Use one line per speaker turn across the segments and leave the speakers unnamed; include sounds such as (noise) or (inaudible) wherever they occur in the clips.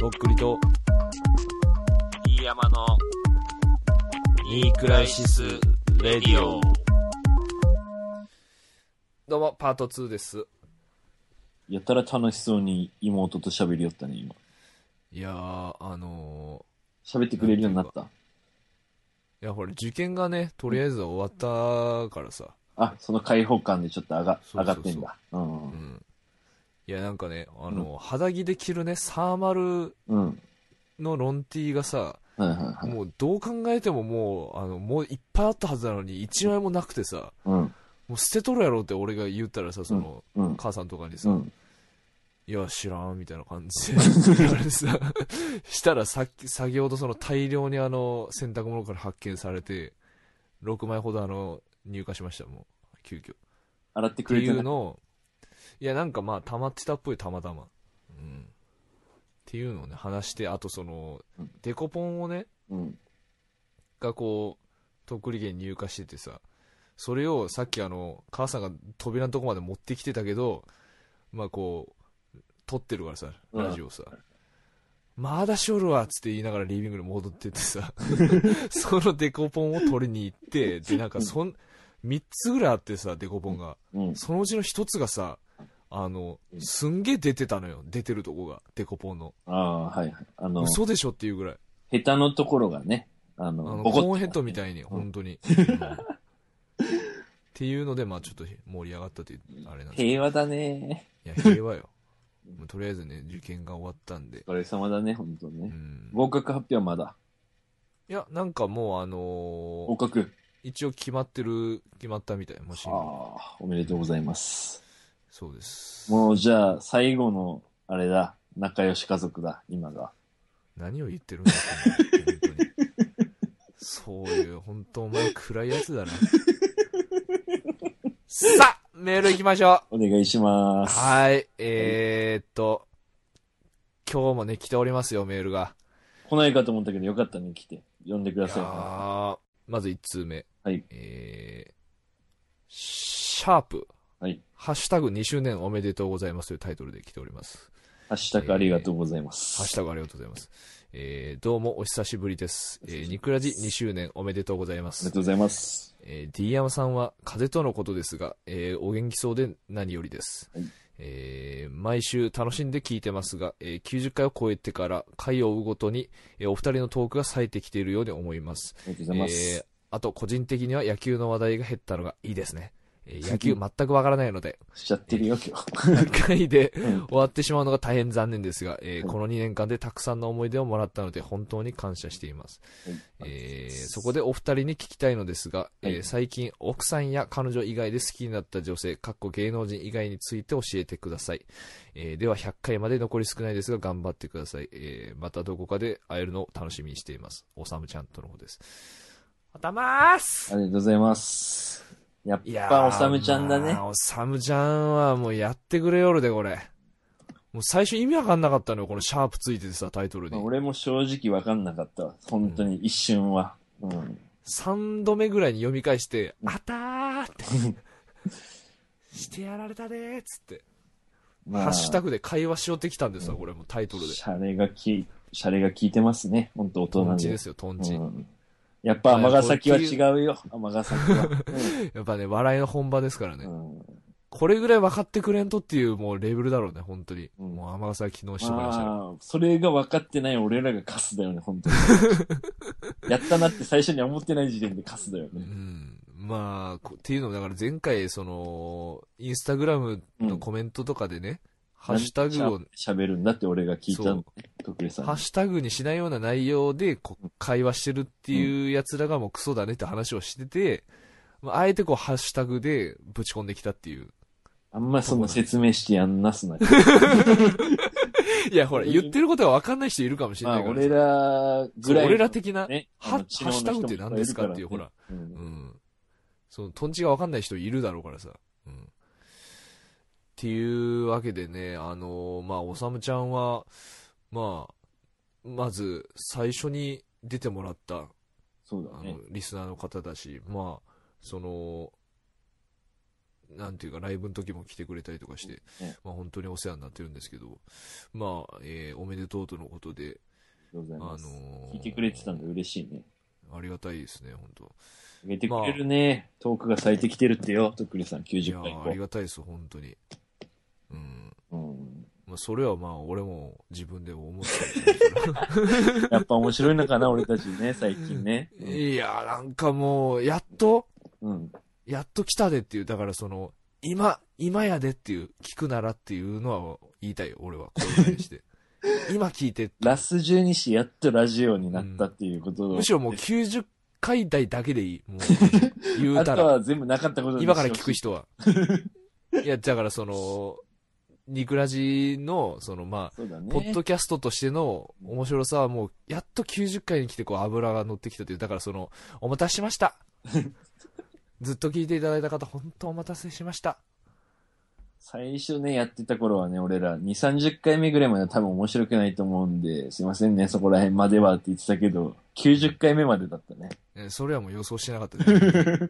とっくりと、
飯山の、
ニークライシス・レディオ。どうも、パート2です。
やたら楽しそうに妹と喋りよったね、今。
いやー、あの
喋ってくれるようになった。
ー、いや、ほら、受験がね、とりあえずは終わったからさ、
あ、その開放感でちょっと上が、
そうそうそう
上がってんだ。うん
う。ん。いや、なんかね、あの、肌着で着るね、サーマル
うん。
のロンティーがさ、
はいはいはい。
もうどう考えてももう、あの、もういっぱいあったはずなのに、一枚もなくてさ、
うん。
もう捨てとるやろって俺が言ったらさ、その、
うん。
母さんとかにさ、
うん。
いや、知らん、みたいな感じで
(laughs)
言われてさ、したらさっき、先ほどその大量にあの、洗濯物から発見されて、6枚ほどあの、入荷しました、もう、急遽。っ
洗って
て
くれ
い
て
う
な
のを、いや、なんかまあ、溜まってたっぽい、たまたま。うん。っていうのをね、話して、あとその
うん、
デコポンをね、
うん。
がこう、とっくり家に入荷しててさ、それをさっきあの、母さんが扉のとこまで持ってきてたけど、まあこう、撮ってるからさ、
うん
ラジオさ、まだしおるわっつって言いながらリビングに戻ってってさ、
(laughs)
そのデコポンを取りに行って、でなんかそん、3つぐらいあってさ、デコポンが。
うん。
そのうちの1つがさ、あの、すんげえ出てたのよ、出てるとこが、デコポンの。
ああ、はいはい。あの、下
嘘でしょっていうぐらい。
手のところがね、あ
あの
の、ボ
コー
コ
ンヘ
ッ
ッ
と
ドみたいに、本当に。っていうので、まあちょっと盛り上がったという、あれなんです
平和だね。
けど。いや、平和よ。もうとりあえずね、受験が終わったんで。
お疲れ様だね、本当
う
ね。
ん、
合格発表はまだ。
いや、なんかもう、あ
合
のー
格。
一応決まってる、決まったみたい、もし
あ。あ、おめでとうございます。
そうです。
もうじゃあ、最後の、あれだ、仲良し家族だ、今が。
何を言ってるんだってね、本当に。そういう、本当お前暗いやつだな。さあ、メール行きましょう
お願いします。
はい、えー、っと、今日もね、来ておりますよ、メールが。
来ないかと思ったけど、よかったね、来て。呼んでく
い
だ
や
さいね。
ーまず1通目。
はい
えー、シャープ。
はい。
ハッシュタグ2周年おめでとうございますというタイトルで来ております。
ハッシュタグありがとうございます。
ハッシュタグありがとうございます。えー、どうもお久しぶりです。えー、ニクラジ2周年おめでとうございま
おめですと。うございます。
えー、D 山さんは風邪とのことですが、えーお元気そうで何よりです、
はい
えー毎週楽しんで聞いてますが、えー90回を超えてから回を追うごとに、えーお二人のトークが冴えてきているように思います
ありがとうございま
えー
す。
あと個人的には野球の話題が減ったのがいいですね、えー野球全くわからないの
(laughs)
で
しちゃってるよ、今
回で
日。
終わってしまうのが大変残念ですが、えー
はい
この2年間でたくさんの思い出をもらったので本当に感謝しています
はい
えーそこでお二人に聞きたいのですが、えー
はい
最近奥さんや彼女以外で好きになった女性かっこ芸能人以外について教えてください、えーでは100回まで残り少ないですが頑張ってください、えーまたどこかで会えるのを楽しみにしていますおさむちゃんとの方ですおたまーす
ありがとうございます。やっ
いや
ぱ、
ー
おさむちゃんだね
ま。あおさむちゃんはもうやってくれよるでこれもう最初意味わかんなかったのよこのシャープついててさタイトルに
俺も正直わかんなかったわ。本当に、一瞬は。うん。
3度目ぐらいに読み返して「あたー!」って「してやられたでー」っつって、
ま
ハッシュタ
グ
グで会話しようってきたんですわこれもうタイトルで
シャレがき、シャレが効いてますね。本当大
ト
人
ンチで
で。
すよトンチ、
うんやっぱ、尼崎は違うよ。尼
(laughs)
崎は。
やっぱね笑いの本場ですからね、
うんうん
これぐらい分かってくれんとっていうもうレベルだろうね本当に、
うん
もう尼崎の人からしたら
まあ、それが分かってない俺らがカスだよね、本
(laughs)
当に。やったなって最初には思ってない時点でカスだよ
う
ね。
んまあこっていうのもだから前回そのインスタグラムのコメントとかでね、ハッシュタグを
喋るんだって俺が聞いた
そう
の、徳利さん
ハッ
に。
シュタグにしないような内容でこう会話してるっていうやつらがもうクソだねって話をしてて、まあ、あえてこうハッシュタグでぶち込んできたって
(laughs)
いう。
あんまその説明してやんなすな。
いや、ほら、言ってることは分かんない人いるかもしれ
ま
な
あ、
いから。
俺らぐらい。
そう俺ら的な、
ね、
ハッ
あの
ハッシュタグって何ですかっていう、ほら。。
知能
う
の人もいっぱいいるからね
ん。その、トンチが分かんない人いるだろうからさ。うん。っていうわけでね、あのまあ、おさむちゃんは、まあ、まず、最初に出てもらった、
うんそうだ
あ
ね
の。リスナーの方だし、まあ、その、なんていうか、ライブの時も来てくれたりとかして
うん、
まあ、本当にお世話になってるんですけど、まあ、えーおめでとうとのことで、
りがとうござ
あ
い
の
ます。
ー
聞いてくれてたんで嬉しいね。
ありがたいですね、本当
あげてくれるね。トークが咲いてきてるってよ、とっくりさん、
いや
90回以
ーあり
降。
がたいです、本当に。うん。
うん、
まあ、それはまあ、俺も自分でも思
(laughs)
ってるから
やっぱ面白いのかな、俺たちね、最
(laughs)
近ね。
いやーなんかもう、やっと、
うん。
やっと来たでっていう、だからその、今、今やでっていう、聞くならっていうのは言いたいよ、俺は。こういうふうに
(laughs)
して。今聞いて、
ラス12子やっとラジオになったっていうことを、
むしろもう90回台だけでいい。もう、言う
あ
た
と
ら。
は全部なかったことに
今から聞く
し
人は。いや、だからその、ニクラジの、そのまあ、
ようそうだね。
ポッドキャストとしての面白さはもう、やっと90回に来てこう油が乗ってきたという、だからその、お待たせしま
(laughs)
した。ずっと聞いていただいた方、本当お待たせしました。
最初ね、やってた頃はね、俺ら2、30回目ぐらいまでは多分面白くないと思うんで、すいませんね、そこら辺まではって言ってたけど、90回目までだったね。
えそれはもう予想してなか
(laughs)
ったね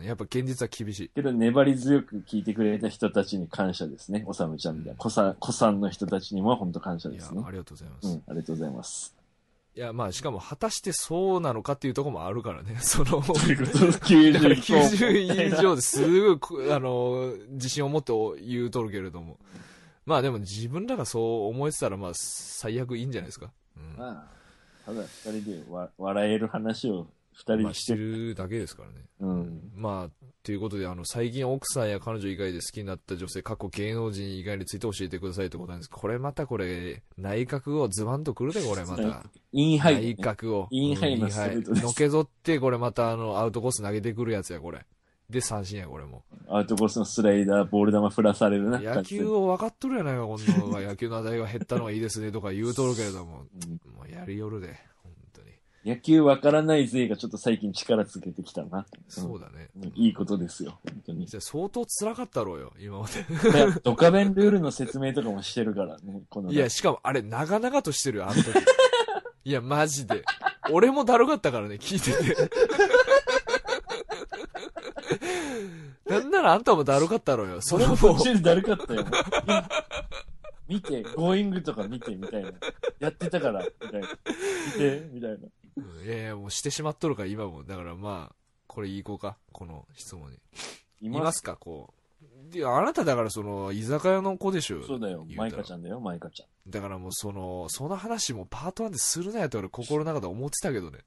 うんやっぱ現実は厳しい。
けど粘り強く聞いてくれた人たちに感謝ですね。おさむちゃんみたいな。子さん、子さんの人たちにも本当感謝
い
で
や、
すね。
ありがとうございま
う
す。
ん
い、
ありがとうございます。
や、まあ、しかも果たしてそうなのかっていうところもあるから
(laughs)
ね、その、
ということ
だから
で、
90
90
以上ですごいこ、あの、自信を持って言うとるけれども。まあでも自分らがそう思えてたら、まあ最悪いいんじゃないですか。うん。ま
まあ、ただ二人でわ笑える話を二人
あ
にし
して
てる。
るだけですからね。
うん。
まあ、ということで、あの、最近奥さんや彼女以外で好きになった女性、過去芸能人以外について教えてくださいってことなんです。これまたこれ、内閣をズバンとくるで、これまた。
インハイ、
内角を。
インハイの
うん
ストレートです
のけぞって、これまたあの、アウトコース投げてくるやつや、これ。で、三振や、これも。
アウトコースのスライダー、ボール球振らされるな。
野球を分かっとるやないか、こんなのが。 (laughs) 野球の値が減ったのがいいですね、とか言うとるけれども。
うん
もうやりよるで、本当に。
野球わからない勢がちょっと最近力つけてきたな。
そうだね。
うんいいことですよ、本当に。
じゃあ相当辛かったろうよ、今まで。
いやドカベンルールの説明とかもしてるからね、この。
いや、しかもあれ、長々としてるよ、あの時。いや、マジで。俺もだるかったからね、聞いてて。なんならあんたもだるかったろうよ。そ
俺
れ
も
も
途中でだるかったよ。 (laughs) 見て、ゴーイングとか見て、みたいな。やってたから、みたいな。見て、みたいな。
うんいやいや、もうしてしまっとるから、今も。だからまあ、これいこうか、この質問に。
い
いますか、こう。で、あなただからその、居酒屋の子でしょ。
そうだよ、マイカち
ゃ
ゃんだよ、マイカちゃん。
ん。だからもうその、その話もパート1でするなよって俺心の中で思ってたけどね。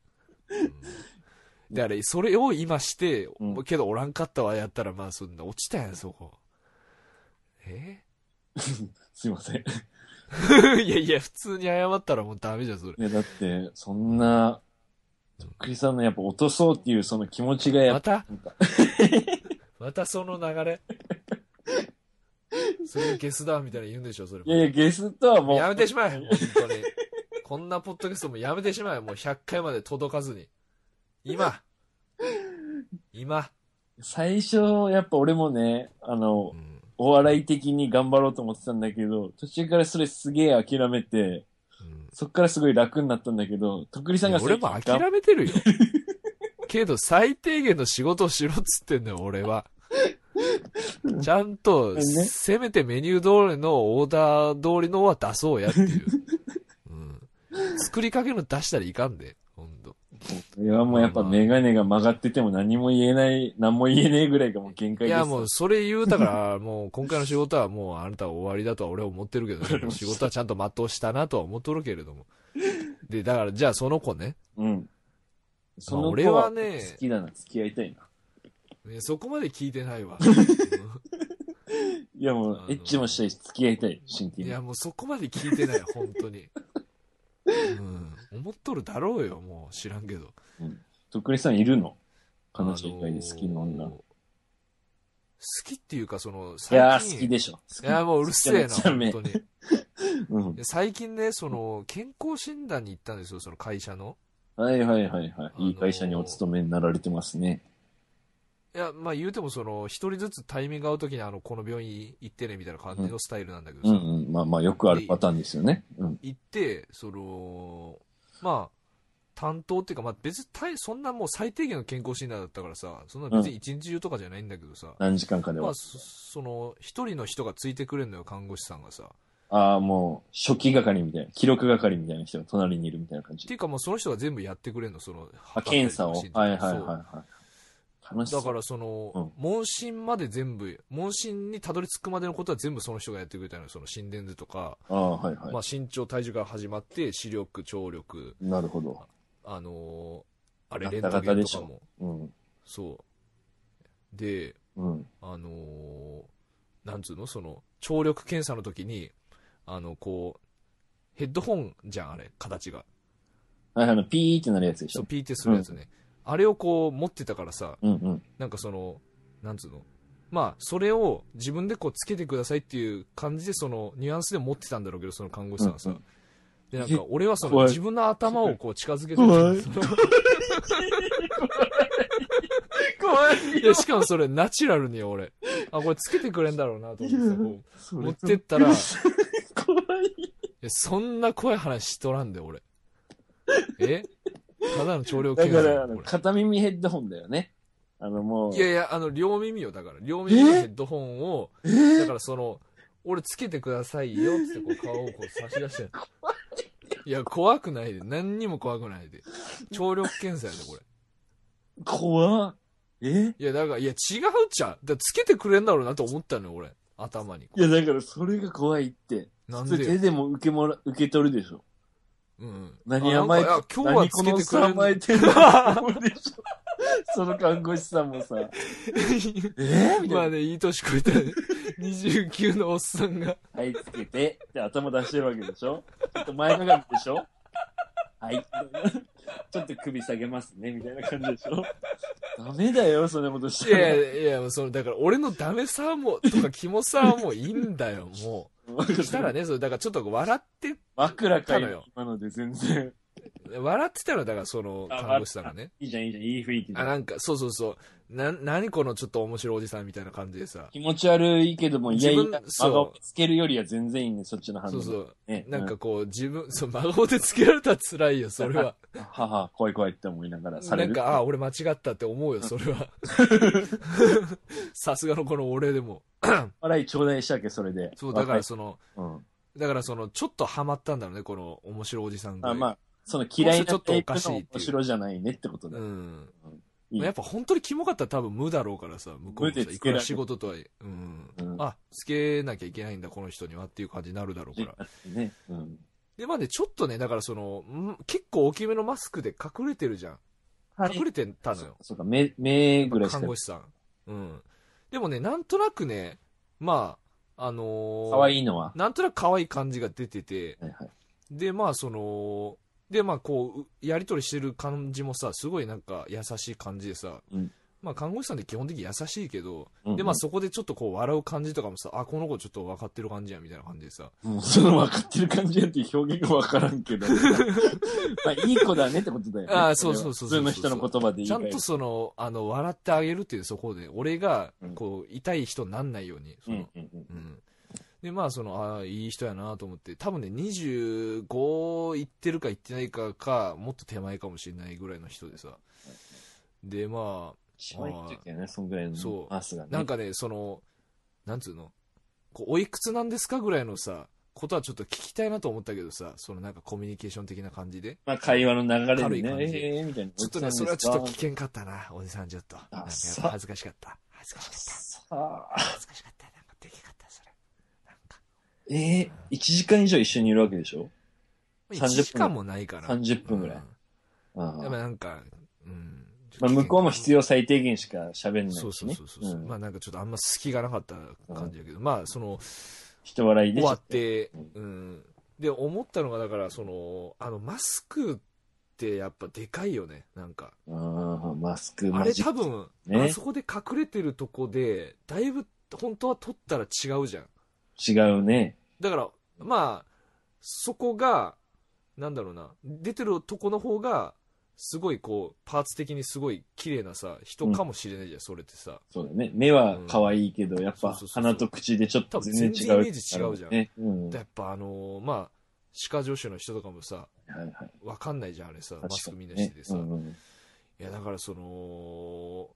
うん、で、あれ、それを今して、
うん
けどおらんかったわ、やったら、まあ、そんな、落ちたやん、そこ。え (laughs)
すいません。
いやいや、普通に謝ったらもうダメじゃん、それ。
いや、だって、そんな、とっくりさんのやっぱ落とそうっていうその気持ちがや
ま
ったなんか
(laughs) またその流
(laughs)
れそれゲスだみたいな言うんでしょそれ
いやいや、ゲストはもう。
やめてしまえ本当にこんなポッドキャストもやめてしまえもう100回まで届かずに今今、
最初、やっぱ俺もね、あの
う、ん
お笑い的に頑張ろうと思ってたんだけど、途中からそれすげえ諦めて、
うん
そっからすごい楽になったんだけど、とっくりさん
い
が
や俺も諦めてる
(laughs)
よけど最低限の仕事をしろっつってんだよ俺はちゃんと、
ね
せめてメニュー通りのオーダー通りのは出そうやっていう。うん。作りかけの出したらいかんで、ほんと。
いや、もうやっぱメガネが曲がってても何も言えない、何も言えねえぐらいがもう限界
い
です。
や、もう、それ言うたから、もう今回の仕事はもうあなたは終わりだとは俺は思ってるけど、
(laughs)
ね、仕事はちゃんと全うしたなとは思っとるけれども。で、だから、じゃあその子ね、
うん。その子
俺はね
好きだな、付き合いたいな。
いやそこまで聞いて
(laughs)
ないわ。
いや、も
あ
う
の、
エッチもしたいし、付き合いたい、真
い
剣に。
や、もうそこまで聞いてない、本当に。うん。思っとるだろうよ、もう知らんけど。
とっくりさんいるの彼女以外で好きな女。
あのー好きっていうか、その、
い
最
やー、
近。
好きでしょ。
いや、もううるせえな、
好きめ
本
っちゃ
当に。
めうん。
で最近ね、その、健康診断に行ったんですよ、その会社の。
はいはいはいは
あのー
い。いい会社にお勤めになられてますね。
いや、まあ言うても、その、一人ずつタイミング合うときに、あの、この病院行ってね、みたいな感じのスタイルなんだけど
う
さ。
んうん。まあまあ、よくあるパターンですよね。うん。
行って、その、まあ、担当っていうか、まあ、別に大そんなもう最低限の健康診断だったからさ、そんな別に一日中とかじゃないんだけどさ、
何時間かで
ま
は
あ、。そその、一人の人がついてくれるのよ、看護師さんがさ。っ
ああ、もう、初期係みたいな、記録係みたいな人が隣にいるみたいな感じ
て。いうか、もうその人が全部やってくれるの、その、
あ、検査を。
診
はいはい
断
はい
そう
はい。楽しそ
だ
う。
からその、
うん
問診まで全部、問診にたどり着くまでのことは全部その人がやってくれたのよ、その心電図とか、
ああ、はいはい。
まあ、身長、体重から始まって、視力、聴力、
なるほど。
あのーあれ、
ガ
レン
タ
ト
ガ
ゲ
タ
ン
で
と
し
か
ょ
も。
うん。
そう。で、
うん。
あのーなんつうの、その、聴力検査の時に、あの、こう、ヘッドホンじゃん、あれ、形が。
はいはい、あの、ピーってなるやつでし
そう、
ょ。
ピーってするやつね。あれをこう、持ってたからさ、
うんうん。
なんかその、なんつうの、まあ、それを自分でこうつけてくださいっていう感じで、そのニュアンスで持ってたんだろうけど、その看護師さんはさ。
うんうん
で、なんか俺はその
怖い
自分の頭をこう近づけて
怖い
その
怖
いやしかもそれナチュラルによ俺。あ、これつけてくれんだろうなと思ってさこう、持ってったら、い
(laughs) 怖い。
やそんな怖い話しとらんで、
(laughs)
俺。えただの調量
だ
検査だ
か
よ
ら、あの
これ
片耳ヘッドホンだよね。あの、もう。
いやいや、あの、両耳よ、だから。両耳のヘッドホンを、だからその、俺つけてくださいよ、つってこう顔をこう差し出して。いや、怖くないで。何にも怖くないで。聴力検査やで、これ。
怖っえ
いや、だから、いや、違うっちゃ。だからつけてくれんだろうなと思ったのよ、俺。頭に。
いや、だからそれが怖いって。
なん
それ
で
手
よ。
でも受けもら、受け取るでしょ。
うん。
何甘え
あなんかいや今日は
何
つ
こ
け
の
てく
さ甘
れ
え
ん
てるのでしょ。その看護師さんもさ、
まあ
えー、みたいな。
ね、いい年こいたね。29のおっさんが。
はい、つけて、って頭出してるわけでしょ。ちょっと前かがみでしょ。はい。ちょっと首下げますね、みたいな感じでしょ。ダメだよ、そんなことし
い
た
や
ら。 (laughs)
いやいや、その、だから俺のダメさも、とかキモさはもういいんだよ、もう。したらね、それだからちょっと笑って、
枕か
たの
よ
よ。
今ので全然。
笑ってたら、だからその
あ
看護師さんがね。
いいじゃん、いいじゃん、いい雰囲気
あ、
で。
なんか、そうそうそう。な、何このちょっと面白いおじさんみたいな感じでさ。
気持ち悪いけども、いやいや
自分、そう
真顔つけるよりは全然いいね、そっちの反応。
そうそう。
ね、
なんかこう、自分、そう、孫でつけられたら辛
(laughs)
いよ、それは。
うん、はは、怖い怖いって思いながらさ
な
れ
ん
る。
か、ああ、俺間違ったって思うよ、それは。 (laughs) さすがのこの俺でも。
笑い頂戴したっけ、それで。
そう、だから
若
その、
いうん。
だからその、ちょっとハマったんだろうね、この面白いおじさんが。
あまあ、その嫌いな
ちょっとおかしいっていう
タイプの面白じゃないねってことだ。
うん。
いい
やっぱ本当にキモかったら多分無だろうからさ、向こうも
無でつ
さ、
けられ
いくら仕事とはいえ、うん。
うん
あ、つけなきゃいけないんだ、この人にはっていう感じになるだろうから。
ね。うん。
で、まあね、ちょっとね、だからその、ん結構大きめのマスクで隠れてるじゃん。隠れてたのよ。
そうか、目、目ぐらいし
看
か
護師さん。うん。でもね、なんとなくね、まあ、あのー、
可愛いのは。
なんとなく可愛い感じが出てて、
はいはい。
で、まあその、で、まあこう、やりとりしてる感じもさ、すごいなんか優しい感じでさ、
うん
まあ看護師さんって基本的に優しいけど、
うん
で、まあそこでちょっとこう笑う感じとかもさ、あ、この子ちょっと分かってる感じや、みたいな感じでさ、
もうその分かってる感じやっていう表現が分からん
(laughs)
けど。まあ、いい子だねってことだよね。
あーそうそうそうそ
普
う
通の人の言葉で言い
ちゃ
換
ん
える
と。その、あの、笑ってあげるっていう、そこで、俺が
う、ん
こう、痛い人になんないように、そ
うん
の、
うんうん。
うんで、まあ、その、ああ、いい人やなと思って、多分ね、25いってるかいってないかか、もっと手前かもしれないぐらいの人でさ。で、ま
島行ってたよね、そんぐらいの
そう
マスが
あ、
ね。
なんかね、その、なんつうの、こう、おいくつなんですかぐらいのさ、ことはちょっと聞きたいなと思ったけどさ、そのなんかコミュニケーション的な感じで。
まあ、会話の流
軽
れ
い
で
感じ
ね、えー、みたいな。
ちょっとね、それはちょっと危険かったな、おじさんちょっと。なんかやっぱ
そう
恥ずかしかった。恥ずかしかった。
さあ、
恥ずかしかった。なんかできかった、それ。なんか。
えー、1時間以上一緒にいるわけでしょ30
1時間もないから。
30分ぐらい
う
あ
ん
ー
やっぱなんか、うん。
まあ、向こうも必
要
要最低限しか喋んないし、ね。
そうそうそうそう、
ん
まあなんかちょっとあんま隙がなかった感じだけど、まあその、
人笑い
終
でちょ
わっ
っと。
て
うん、
うん。で、思ったのが、だから、その、あの、マスクってやっぱでかいよね、なんか。
ああ、マスク、
あ
マ
れ
ジッ
多
ク。
分、
ね
あそこで隠れてるとこで、だいぶ、本当は撮ったら違うじゃん。
違うね。
だから、まあ、そこが、なんだろうな、出てるとこの方が、すごいこう、パーツ的にすごい綺麗なさ、人かもしれないじゃん、それってさ。
そうだね。目は可愛いけど、やっ
そう
ぱ
そうそう
鼻と口でちょっと
多分
全然違う。
全然イメージ違うじゃん
ね。うん。は
やっぱあのーまあ、歯科助手の人とかもさ、
いはい。
わかんないじゃん、あれさ。マスクみんなして
ね
て
う
さ。
んうん
いや、だからその、っ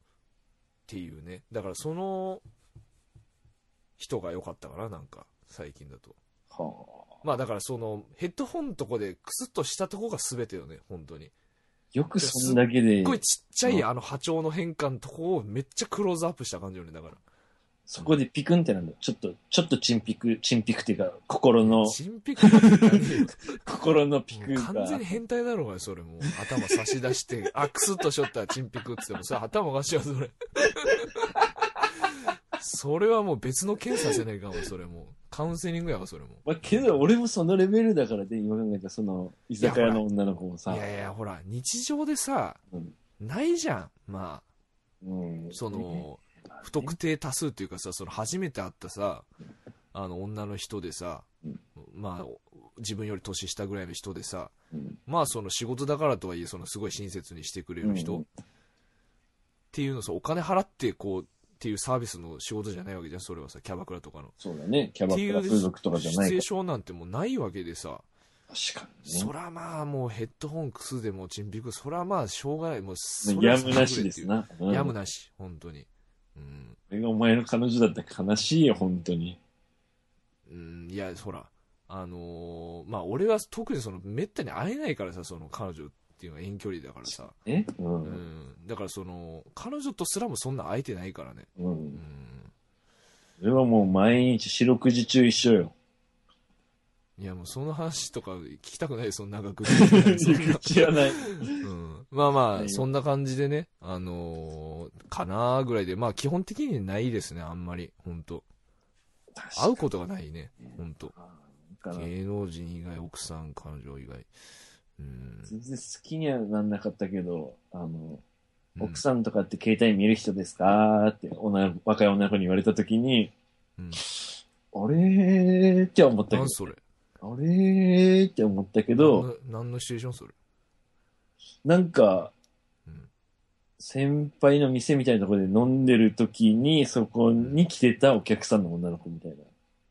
ていうね。だからその、人が良かったかな、なんか、最近だと。
はあ、
まあだからその、ヘッドホンのとこでクスッとしたとこが全てよね、本当に。
よくそんだけです
っごいちっちゃい
うん
あの波長の変換のとこをめっちゃクローズアップした感じよね、だから。
そこでピクンってなんだちょっとちょっとチンピクチンピクっていうか心の
チンピクなんて感じよ
心のピクが
完全に変態だろうがよそれもう頭差し出
(laughs)
して、あ、クスッとしょったらチンピクっつっても、それ頭おかしいわ、それ。それはもう別の検査せねえかも、それもう。カウンセリングやわ、それも。
まあ、けど俺もそのレベルだからで、今考えたらその居酒屋の女の子もさ
いやいや、ほら、日常でさ、
うん
ないじゃん。まあ、
うん、
そ
ね
の、不特定多数っていうかさ、その初めて会ったさ、あの女の人でさ
うん、
まあ、自分より年下ぐらいの人でさ、
うん
まあその仕事だからとはいえ、そのすごい親切にしてくれる人、
うん
っていうのさ、お金払ってこう、っていうサービスの仕事じゃないわけじゃん、それはさ、キャバクラとかの。
そうだねキャ
っ
バ
てい
クラ
う
風俗とかじゃな
シチュエー
いか
ションなんてもうないわけでさ、
ら確かに、ね
そらまあもうヘッドホンクスでもチンピク、そらまあしょうがない、もうそれは
や
さ
むなしです。な。うん
やむなし、本当に。うん。
これがお前の彼女だったら悲しいよ、本当に。
うん、いや、ほら、あのーまあ俺は特にその、めったに会えないからさ、その彼女っていうのは遠距離だからさ。
えう。
うんん。だからその、彼女とすらもそんな会えてないからね。
う。
うんん。
それはもう毎日四六時中一緒よ。
いやもうその話とか聞きたくないそんな (laughs) 学
愚痴やない。
うん、まあま
は
あ、
い
そんな感じでね、あのーかなーぐらいで、まあ基本的にないですね、あんまり、本当会うことがないね、本当
あーだから
芸能人以外、奥さん、彼女以外。うん。
全然好きにはなんなかったけど、あの、奥
ん、
さんとかって携帯見る人ですかって女の若い女の子に言われたときに、
うん。
あれーって思ったけど
何、それ
あれーって思ったけど、
何の何のシチュエーションそれ
なんか
うん、
先輩の店みたいなところで飲んでる時に、そこに来てたお客さんの女の子みたいな。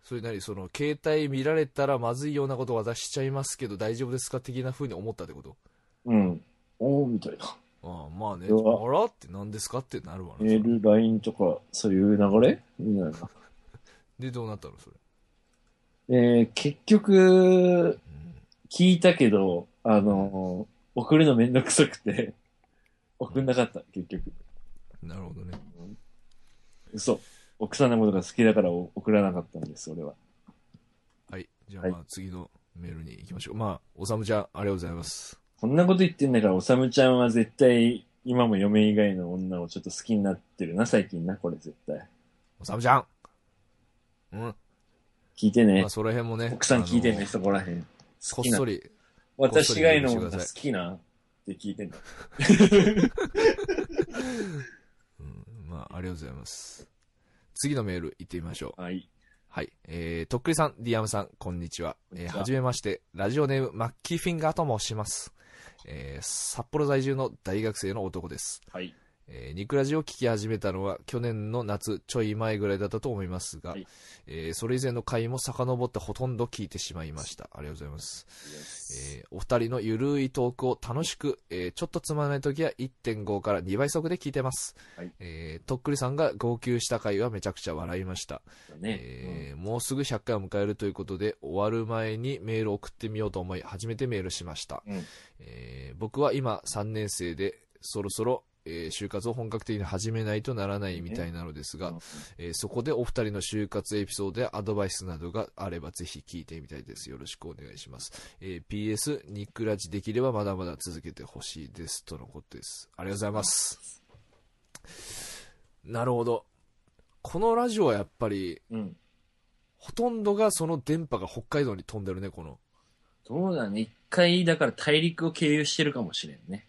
それなり、その、携帯見られたらまずいようなこと私しちゃいますけど、大丈夫ですか的な風に思ったってこと
うん。おーみたいな。
ああ、まあね、
う
あ
わ
らって何ですかってなるわな。そ
メ
れ
ール、LINE とか、そういう流れみたいな。
で、どうなったのそれ。
えー結局、
うん
聞いたけど、あのー送るのめんどくさくて、 (laughs) 送んなかった、結局。
なるほどね。
嘘。奥さんのことが好きだからお送らなかったんです、俺は。
はい。じゃあ、
はい
まあ、次のメールに行きましょう。まあ、おさむちゃん、ありがとうございます。
こんなこと言ってんだから、おさむちゃんは絶対、今も嫁以外の女をちょっと好きになってるな、最近な、これ絶対。
おさむちゃんうん。ま
聞いてね
あ、。その辺もね。
奥さん聞いて
あ
ね、
の
そこらへん。
こ
好
っ
きな
そ。り。
私以外の
こっそりメールしてく
女
だ
好
さ
きなって聞いてんだ。
うん。まあ、ありがとうございます。次のメール行ってみましょう。
はい。
はい。えー、とっくりさん、ディアムさん、こんにちは。えー、
こんにちは
はじめまして、ラジオネーム、マッキーフィンガーと申します。えー、札幌在住の大学生の男です。
はい。
えーニクラジを聞き始めたのは去年の夏ちょい前ぐらいだったと思いますが、
はい
えーそれ以前の回も遡ってほとんど聞いてしまいました。ありがとうございます。えーお二人のゆるいトークを楽しく、えーちょっとつまらない時は1.5から2倍速で聞いてます。
はい
えーとっくりさんが号泣した回はめちゃくちゃ笑いました。
ね。
えーもうすぐ100回を迎えるということで終わる前にメールを送ってみようと思い初めてメールしました、
うん
えー僕は今3年生でそろそろ、えー就活を本格的に始めないとならないみたいなのです
うん
が、えーそこでお二人の就活エピソードやアドバイスなどがあればぜひ聞いてみたいですよろしくお願いします、えー PS ニックラジできればまだまだ続けてほしいですとのことですありがとうございますなるほどこのラジオはやっぱり
うん。
ほとんどがその電波が北海道に飛んでるね、この。
どうだね。一回、だから大陸を経由してるかもしれんね。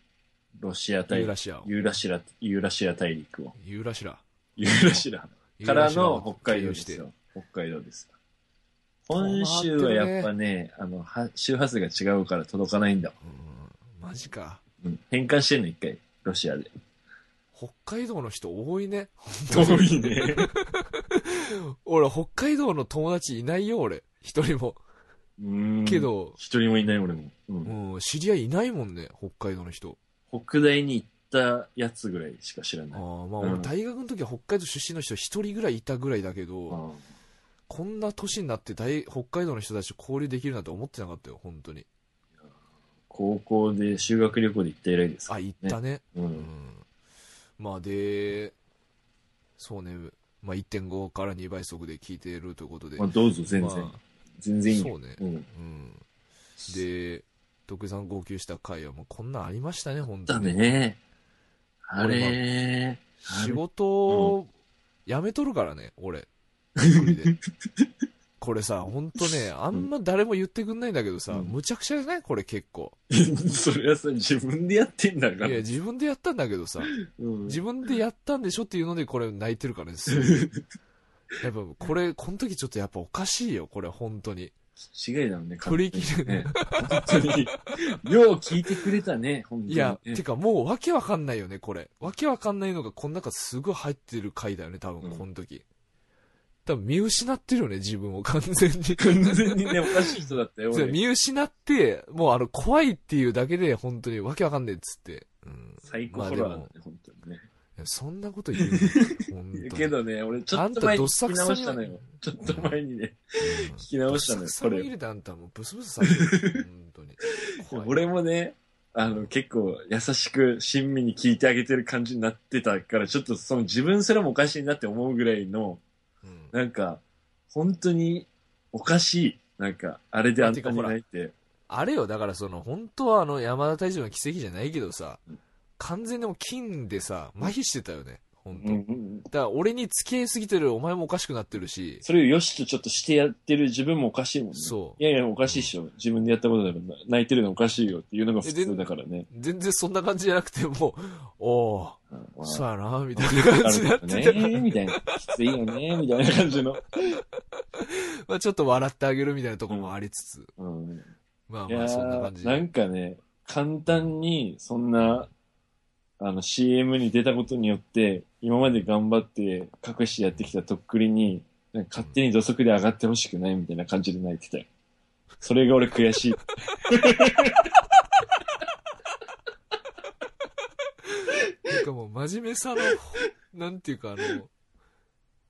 ロシア大
ユー
陸
ラ。シアを。
ユーラシア、ユーラシア大陸を。
ユーラシア。
ユーラシア。
ユ
か
ーラ
ら
シアを
の北海道で
経由
す
て。
よ。北海道です。本州はやっぱね、あの、は周波数が違うから届かないんだも
うん、マジか。
ん。うん、変換してんの、一回。ロシアで。
北海道の人多いね。 (laughs)
遠いね。
俺、北海道の友達いないよ、俺。一人も。
うん
け。ど、
一人もいない俺も。うん。
うん、知り合いいないもんね、北海道の人。
北大に行ったやつぐらいしか知ら
あ
な
あ
い。
まあ、
うん
俺大学の時は北海道出身の人一人ぐらいいたぐらいだけど、
うん
こんな年になって大北海道の人たちと交流できるなんて思ってなかったよ、本当に。
高校で修学旅行で行った以来ですか
あ、行ったね。
う。
うんん。まあ、で、そうね、まあ、1.5から2倍速で聞いてるということで。
まあ、どうぞ、全然
ま。
全
あ
然いいよ。
そうね。
うん。
うん。で、徳井さん号泣した回はもうこんなんありましたね、本当
だ
に。
ね。あれ
仕事を辞めとるからね、俺。一人
(laughs)
でこれさ、ほんとね、あんま誰も言ってくんないんだけどさ、
うん
むちゃくちゃじゃないこれ結構。
(laughs) それはさ、自分でやってんだ
い
か
や、
ら。
自分でやったんだけどさ、
うん
自分でやったんでしょっていうので、これ泣いてるからね。すごい
(laughs)
やっぱ、これ、この時ちょっとやっぱおかしいよ、これ、本当に。
違いだもんね、
振り切る
ね。本当に。よう聞いてくれた (laughs) ね、本当に。
いや、
ね
てかもうわけわかんないよね、これ。わけわかんないのがこの中すごい入ってる回だよね、多分、
うん
この時。多分見失ってるよね、自分を完全に。
完全にね、おかしい人だった
(laughs)
よ、
そう
俺。
見失って、もうあの、怖いっていうだけで、本当にわけわかんねえっつって。うん。
最高
まあ
ホ
で
ラーだね
も、、
本当にね。
そんなこと言うの本当に。
(laughs) けどね、俺ちょっと
あんた
前に
どっさ
聞
く
き
さに
直したのよ。ちょっと前にね、
うん
聞き直したのよ、
さ
こ
ん入
れ。
れてあんたもうブスブスさせてる本
(laughs)
当に。怖い
俺もね、あの、結構優しく親身に聞いてあげてる感じになってたから、ちょっとその自分すらもおかしいなって思うぐらいの、
うん
なんか、本当におかしい。なんか、あれであんたに泣いて。
あれよ、だからその、本当はあの、山田大将の奇跡じゃないけどさ
うん、
完全でも金でさ、麻痺してたよね、
う
本
ん
当。
うんう
だ
ん
から俺に付き合いすぎてる、お前もおかしくなってるし、
それをよしとちょっとしてやってる自分もおかしいもんね。
そう
い。やいや、おかしいっしょ。自分でやったことだから、泣いてるのおかしいよっていうのが普通だからね。
全然そんな感じじゃなくて、もう、おー、
うん
そうやな、みたいな感じになってたから
ねみたいな。きついよねみたいな感じの。
(laughs) まあちょっと笑ってあげるみたいなところもありつつ、
うん。
まあ
いや
まあそんな感じ
ーな
で。
んかね、簡単に、そんな、あの、CM に出たことによって、今まで頑張って隠してやってきたとっくりに、なんか勝手に土足で上がってほしくないみたいな感じで泣いてたよ。それが俺悔
(laughs)
しい。
なんかもう真面目さの、なんていうかあの、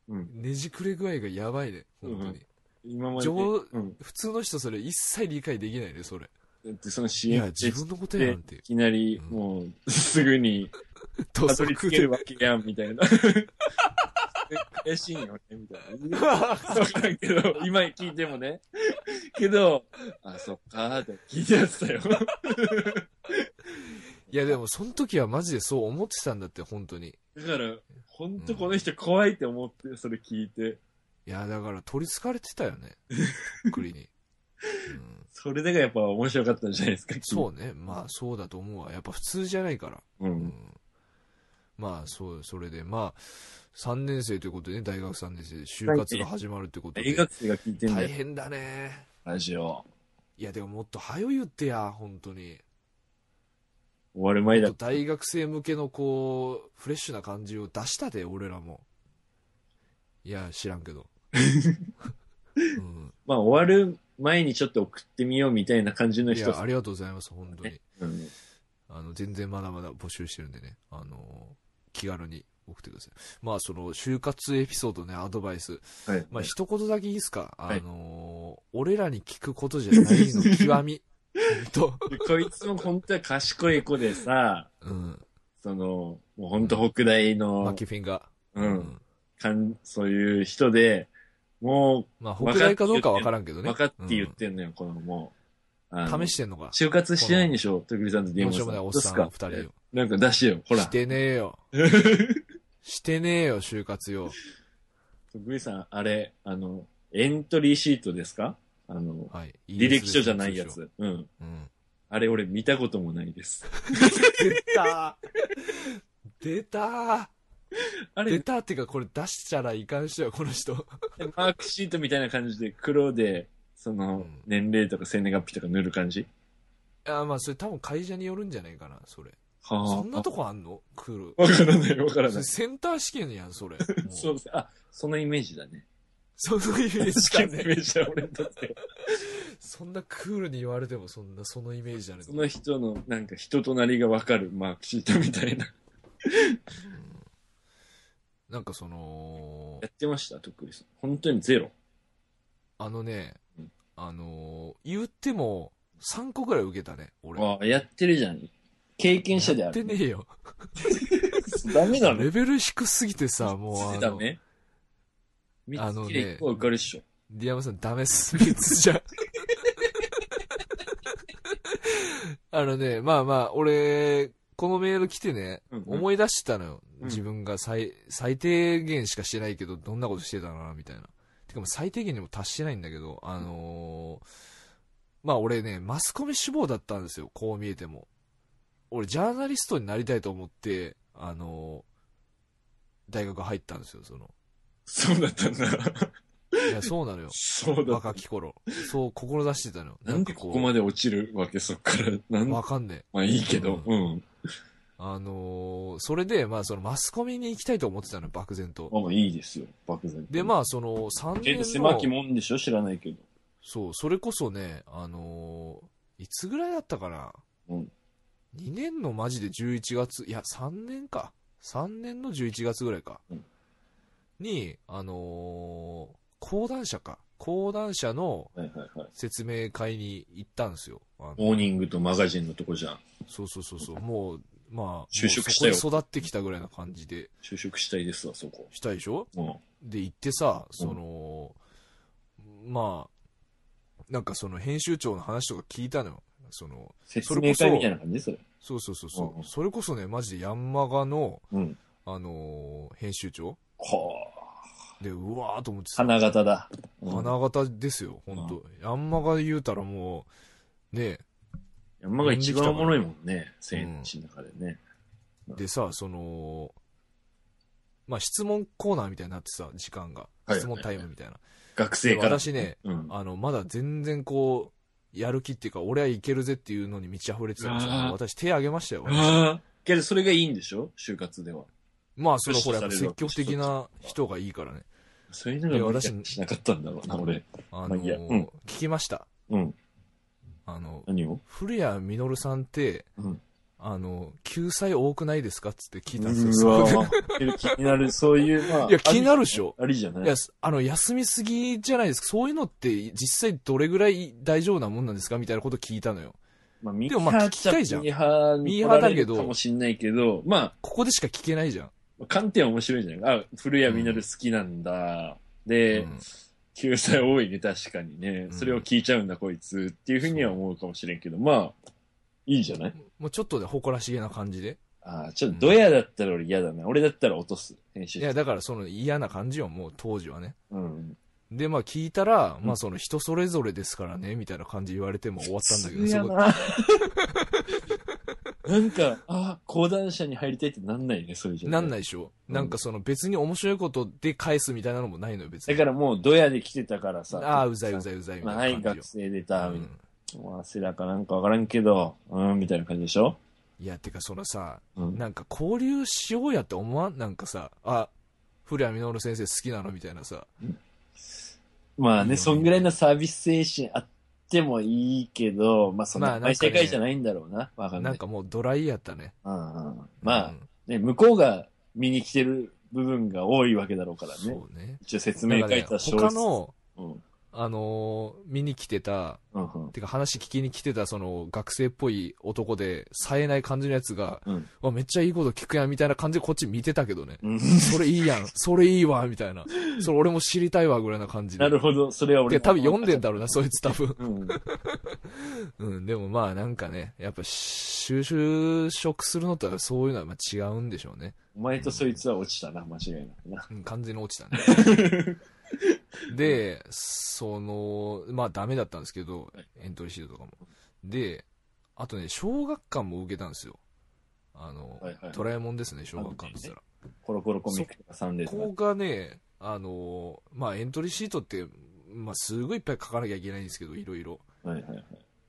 うん。
ねじくれ具合がやばいね、本当に。
今まで。
上
うん。
普通の人それ一切理解できないね、それ。
だってその
い
CM
や、
って
自
い
分のことやなんて。
きなり、もう、すぐに、
土
たどり
足
着け
で
る。わけやん、みたいな。 (laughs) 悔しいよね、みたいな。そうだけど、今聞いてもね。けど、あ、そっかーって聞いてやってたよ。
(laughs) いや、でも、その時はマジでそう思ってたんだって、本当に。
だから、ほんとこの人怖いって思って、それ聞いて。
いや、だから取り憑かれてたよ
(laughs)
ね。栗に。うん、
それだがやっぱ面白かったんじゃないですか。
そうね。まあ、そうだと思うわ。やっぱ普通じゃないから。
う。う。
うんん、まあ、そう、それで、まあ、3年生ということでね、大学3年生で就活が始まるってこと
大
で。
学生が聞いてんだ
大
よ、
変だね。
ラジオ。
いや、でももっと早言ってや、本当に。
終わる前だ。
大学生向けのこうフレッシュな感じを出したで俺らもいや知らんけ
(laughs)
ど、うん、
まあ、終わる前にちょっと送ってみようみたいな感じの
い
人
やありがとうございます本当に
うん
あの全然まだまだ募集してるんでねあの気軽に送ってくださいまあその就活エピソードねアドバイス
はい。
まあ一言だけいいですか、
はい
あの俺らに聞くことじゃないの極
(laughs)
み本
でこいつも本当は賢い子でさ、
当うん
その、もう本当北大
マ
の
キ、フィンが
うん、かん、そういう人で、も
まあ北大かどうかわからんけど
う、
ね
分かって言ってんのよ、このもう。あの
試してんのか
就活してないんでしょ、とくりさんと電
どう
話
しようもないおっさんの二人よ
なんか出してよ、ほら。
し
と
てねえ
(laughs)
よ。してねえよ、就活よ。
くりさん、あれ、あの、エントリーシートですかあの、
はい。
履歴書じゃないや
通
つ。うん。
称。うん。
あれ、俺見たこともないです。
出
(laughs)
た出た
あ
出
れ、
たっていうか、これ出したらいかんしよ、この人。 (laughs)
マークシートみたいな感じで黒で、その
うん、
年齢とか生年月日とか塗る感じ
あまあ、それ多分会社によるんじゃないかな、それ。
はあ。
そんなとこあんの来る。
わからない、わからない。
センター試験やん、それ。もう
そうですね。あ、そのイメージだね。
そうそういうイメージしか
好きな
ね
イメージは俺にとっては。
そんなクールに言われてもそんなそのイメージじゃね
その人の、なんか人となりがわかるマークシートみたいな。
なんかその
やってました、とっくりさん。本当にゼロ。
あのね
うん
あのー言っても3個ぐらい受けたね俺
ああ、やってるじゃん。経験者であ
やって
る。
ねえよ
(laughs) ダメなの
レベル低すぎてさもうあ
ダ
の
メ
あ
三
の
つ
ね
切れ一個は受かるっしょ。
ディアムさんダメっす、3つじゃ。あのね、まあまあ、俺、このメール来てね、
うんうん
思い出したのよ。
うん
自分が最最低限しかしてないけど、どんなことしてたのかな、みたいな。てかもう最低限にも達してないんだけど、あのーまあ俺ね、マスコミ志望だったんですよ、こう見えても。俺、ジャーナリストになりたいと思って、あのー大学入ったんですよ、その。
そうだったんだ。
いや、そうなのよ。
そうだっ
若
た。
き頃。そう、志してたのよ。
なんでここまで落ちるわけ、そっから。なん
わ
ま
かんねえ。
あいいけど。
う
うん。
あのーそれで、まあ、そのマスコミに行きたいと思ってたのよ、漠然と。
まあまあいいですよ、漠然と。
で、まあ、その、3
け
年
ど
の、
狭きもんでしょ知らないけど。
そう、それこそね、あのーいつぐらいだったかな。
うん
2年のマジで11月、いや、3年か。3年の11月ぐらいか。
うん
に、あのー講談社か。講談社の
はいはいはい。
説明会に行ったんですよ。あの
モーニングとマガジンのとこじゃん。
そうそうそうそう、もう、まあ、
就職したよ
もうそこで育ってきたぐらいな感じで、
就職したいですわ、そこ。
したでしょ
うん。
で、行ってさ、その、まあ、なんかその編集長の話とか聞いたのよ。その、
説
それ
明
こそ
会みたいな感じそれ。
そうそうそうそう、
うんうん
それこそね、マジでヤンマガの、
うん。
あのー編集長
はあ。
で、うわーと思ってさ、
花形だ。
花形ですよ、ほんと。ヤンマガ言うたらもう、ね、
山が一番おもろいもんね、千円地の中でね。
でさ、その、まあ質問コーナーみたいになってさ、時間が。
はい
質問タイムみたいな。
学生から。
私ね、
うん。
あの、まだ全然こう、やる気っていうか、俺はいけるぜっていうのに満ち溢れてたんですよ
うわー
私手挙げましたよ。
ああ。けどそれがいいんでしょ就活では。
まあ、そのほら、や
プ
っ
ッ
ぱ
シュされる
積極的な人がいいからね。
そういうのが
いや
無理
私
しなかったんだろうな、俺。
あ
ま
の、
あいいやうん
聞きました。
うん。
あの、
何を
古谷実さんって、
うん
あの、救済多くないですかっつって聞いたんですよ。
うわ
そこ
ぁ、気になる、そういう、まあ。
いや気になるでしょ
ありじゃな
で
い
いや、あの、休みすぎじゃないですか。そういうのって実際どれぐらい大丈夫なもんなんですかみたいなこと聞いたのよ。
まあ、ミ
でもまあ聞きたいじゃん
ミーハーに
ミーハーだけ
取られ
ど
るかもしんないけど、ま
ここでしか聞けないじゃん。
あ、観点は面白いじゃないあ、古谷実好きなんだ。で、
うん
救済多いね、確かにね。
うん
それを聞いちゃうんだ、こいつ。っていうふうには思うかもしれんけど、まあ、いいじゃない
もうちょっとで誇らしげな感じで。
ああ、ちょっとドヤだったら俺嫌だな。俺だったら落とす。編集
いや、だからその嫌な感じよ、もう当時はね。
うん。
で、まあ聞いたら、
うん
まあその人それぞれですからね、みたいな感じ言われても終わったんだけど、
普通
そ
や
こ
な。 (laughs) なんか、ああ、講談社に入りたいってなんないね、それじゃ。。
なんないいでしょ、
うん
なんかその別に面白いことで返すみたいなのもないのよ、別に。
だからもうドヤで来てたからさ。
ああ、うざいう
い。
ざいうざいみた
はいい、
な感じ
学
よ。
生出た、
う
みたい
ん
な。まあ、セラかなんかわからんけど、うん、みたいな感じでしょ
いや、てかそのさ、
うん。
なんか交流しようやって思わんなんかさ、あ、古谷実先生好きなのみたいなさ。
まあ
いいよね
ね、そんぐらいのサービス精神あってもいいけど、まあそん
まあな
な
んかね
世界じゃないんだろうな。わかん
な
なんい。
かもうドライやったね。
うんうん。まあ
う、ん
ね、向こうが見に来てる部分が多いわけだろうからね。
そうね。
一応説
だ
明
か
書
らね
いた小
他の、
うん。
あのー見に来てた、
うんうん。
てか話聞きに来てたその学生っぽい男で冴えない感じのやつが、
うん。
わめっちゃいいこと聞くやんみたいな感じでこっち見てたけどね
うん (laughs)
それいいやん、それいいわ、みたいな。それ俺も知りたいわ、ぐらいな感じで。
なるほど、それは
て
俺
か多分読んでんだろうな、そいつ多分。
うん。
うん、でもまあなんかね、やっぱ収就職するのとはそういうのはまあ違うんでしょうね。
お前とそいつは落ちたな、間違いなくな。
うん、完全に落ちたね。
(laughs)
で、その、まあダメだったんですけど、エントリーシートとかも。で、あとね、小学館も受けたんですよ。あの、
はいはい
ドラえもんですね、小学館って言ったら。
コロコロコミックとかサンデー
こと
か
こ。がね、あの、まあエントリーシートって、まあすごいいっぱい書かなきゃいけないんですけど、いろいろ。
はいはいはい。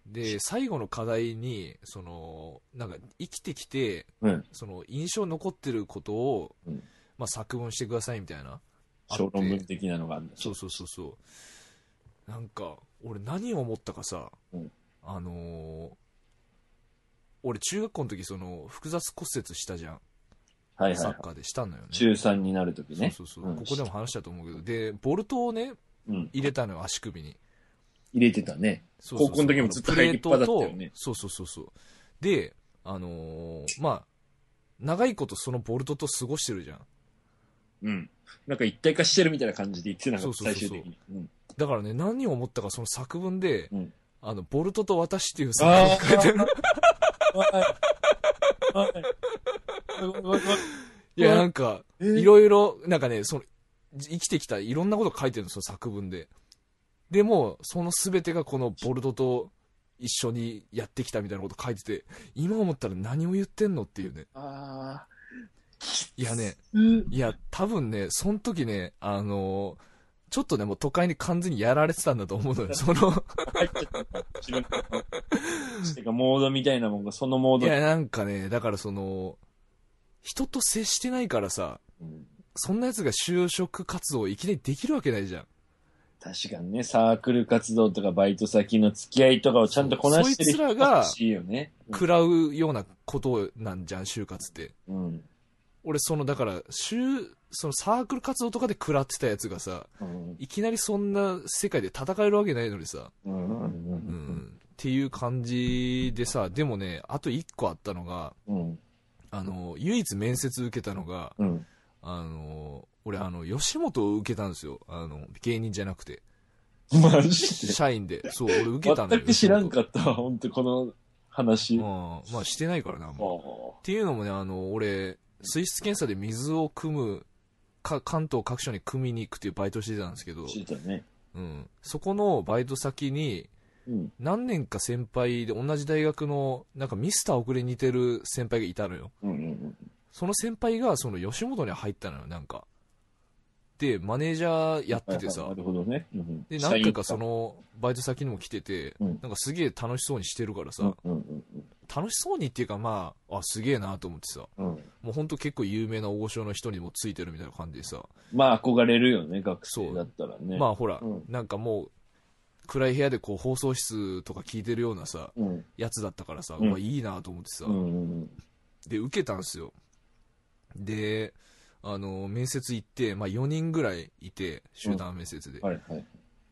で、最後の課題に、その、なんか生きてきて、
うん
その印象に残ってることを、
うん
まあ作文してくださいみたいなあって
小論文的なのがあるんだ
そうそうそうそうなんか俺何を思ったかさ、
うん
あのー俺中学校の時その複雑骨折したじゃん、
はいはい
サ
はい
ッ。カーでしたのよね
中3になるときね。
そうそうそう、
うん
ここでも話したと思うけどでボルトをね
うん。
入れたのよ足首に
入れてたね。
そうそうそう
高校の時もずっと履いてっぱだったよね
プレートとそうそうそうそうであのーまあ長いことそのボルトと過ごしてるじゃん
うん。なんか一体化してるみたいな感じで言ってなかった、
そうそう
最
そう
終
そう
的に。うん。
だからね何を思ったかその作文で、
うん
あのボルトと私っていう作文
あ
を書いてる
あ。はい。はい。
(laughs) いやなんか
え
いろいろ、なんかね、その、じ生きてきたいろんなこと書いてるんですよ、作文で。でも、その全てがこのボルトと一緒にやってきたみたいなこと書いてて、今思ったら何を言ってんのっていうね。
あ
いやね、
ー
いや、多分ね、その時ね、あのーちょっとね、もう都会に完全にやられてたんだと思うのよ。その、
入っちゃった。自分の。てか、モードみたいなもんが、そのモー
い
ドに
や、なんかね、だからその、人と接してないからさ、
うん
そんな奴が就職活動をいきなりできるわけないじゃん。
確かにね、サークル活動とかバイト先の付き合いとかをちゃんとこなしてる
そうそい
人
つらが
が欲しいよね。
食らうようなことなんじゃん、就活って。
うん。
俺そのだから週そのサークル活動とかで食らってたやつがさ
うん。
いきなりそんな世界で戦えるわけないのにさ、
うん。うんう
うん
ん。
っていう感じでさでもねあと1個あったのが
うん。
あの唯一面接受けたのが
うん。
あの俺あの吉本を受けたんですよあの芸人じゃなくて
マジで。
社員でそう俺受けたんだよ
全く知らんか
っ
ったわ、ほんと、この
た
話。あ
まあしてないからなあんま
あ
っていうのもね、あの、俺、水質検査で水を汲む、か、関東各所に汲みに行くっていうバイトしてたんですけど、
知ってたね。
うん。そこのバイト先に、
うん。
何年か先輩で同じ大学の、なんかミスター遅れに似てる先輩がいたのよ。
うんうん
その先輩が、その吉本に入ったのよ、なんか。で、マネージャーやってて
はい
さ
はいな、るほどね。うん
で、何回かそ、の、バイト先にも来てて、
うん
なんかすげえ楽しそうにしてるから
うん
さ、
うん
楽しそうにっていうかまあ、あ、すげえなと思ってさ、
うんうん。
もう本当結構有名な大御所の人にもついてるみたいな感じでさ、
まあ、憧れるよね、学生だったらね。
ま
あ、
あほら、
うん
なんかもう暗い部屋でこう放送室とか聞いてるようなさ
うん。
やつだったからさ、う
うん
わいいなと思ってさ、
うんうん
で受けたんすよであの面接行って、まあ、4人ぐらいいて集団面接で、
うん。はいはい。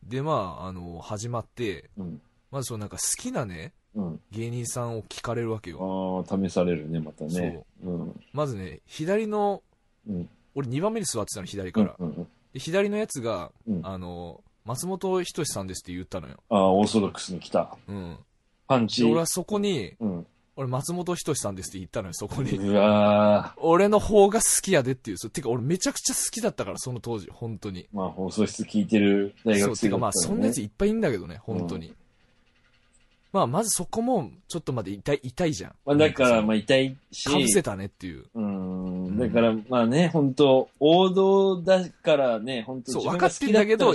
でまああの始まって
うん。
まずそのなんか好きなね
うん。
芸人さんを聞かれるわけよ
ああ、試されるね、またね。うん。
まずね左の
うん。
俺2番目に座ってたの左から、
うんうんうん
で左のやつが、
うん
あの松本人志さんですって言ったのよ、
ああ、オーソドックスに来た。
うん、
パンチ。
で俺はそこに
うん。
俺松本人志さんですって言ったのよそこに
うわ
俺の方が好きやでっていうそうてか俺めちゃくちゃ好きだったからその当時本当に
ーまあ、放送室聞いてる大
そうて
学生
か
だ
まあ
ったらね
そんなやついっぱいいんだけどね本当に、まあまずそこもちょっとまで痛い痛いじゃん
まあ、だから、
か
まあ、痛いし。
ぶせたねっていう
うーんだから、まあね、本当王道だからね、本当
そう
自分が好きったらしょうがいんだけど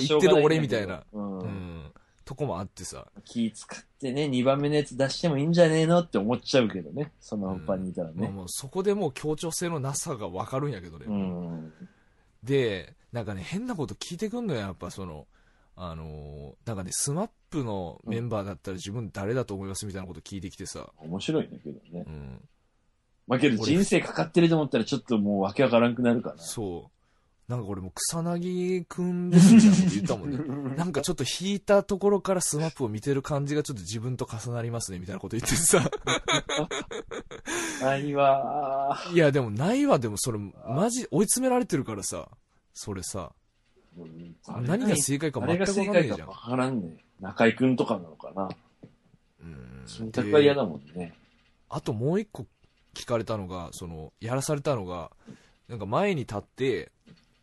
うん
うん、とこもあってさ
気使ってね、2番目のやつ出してもいいんじゃねえのって思っちゃうけどね、そのパンにいたら
まあ、
ね。
もうそこでもう協調性のなさが分かるんやけどね、
うん。
でなんかね変なこと聞いてくんのよやっぱそのあのーなんかねスマップのメンバーだったら自分誰だと思いますみたいなこと聞いてきてさ、
面白いんだけどね
う。ん、
まあけど
俺
人生かかってると思ったらちょっともうわけわからんくなるか
そうなんか俺もう草薙くんですみたいなこと言ったもん
(laughs)
ね
ら。
なんかちょっと引いたところからスマップを見てる感じがちょっと自分と重なりますねみたいなこと言ってさ
ないわ
いやでもないわでもそれマジ追い詰められてるからさそれさ
ーうん
何が正解か
あれ
全く分
が正
かんない
解
じゃ
か
ん
わからんね。中居くんとかなのかな。
うん
選択は嫌だもんね。
あともう一個聞かれたのがそのやらされたのがなんか前に立って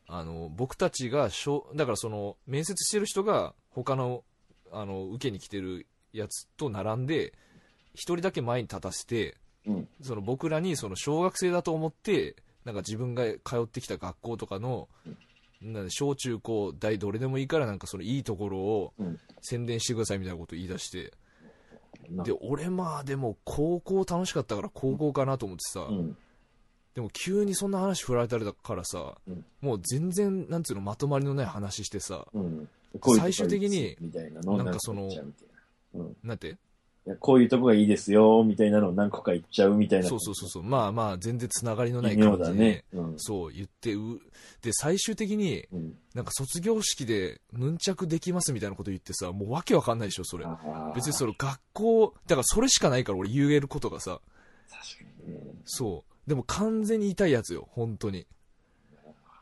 あの僕たちがしょだからその面接してる人が他のあの受けに来てるやつと並んで一人だけ前に立たせて、
うん
その僕らにその小学生だと思ってなんか自分が通ってきた学校とかの、なんか小中高大どれでもいいからなんかそのいいところを
うん
宣伝してくださいみたいなことを言い出して、
なんか
で俺まあでも高校楽しかったから高校かなと思ってさ、
うん。
でも急にそんな話振られたからさ、
うん
もう全然、なんつうの、まとまりのない話してさ、
うん。
最終的に
みたいなのを
なんか
何個
その
言っちゃうみたいなうん
なんて
いやこういうとこがいいですよ、みたいなのを何個か言っちゃうみたいな。
そうそうそうそう、まあまあ、全然つながりのない
微妙
感じ
だ
で、
ね。うん。
そう言ってう、で、最終的に、
うん
なんか卒業式で、ヌンチャクできますみたいなこと言ってさ、もうわけわかんないでしょ、それ。
あー
別にその学校、だからそれしかないから俺言えることがさ、
確かにね。
そう。でも完全に痛いやつよ、本当に。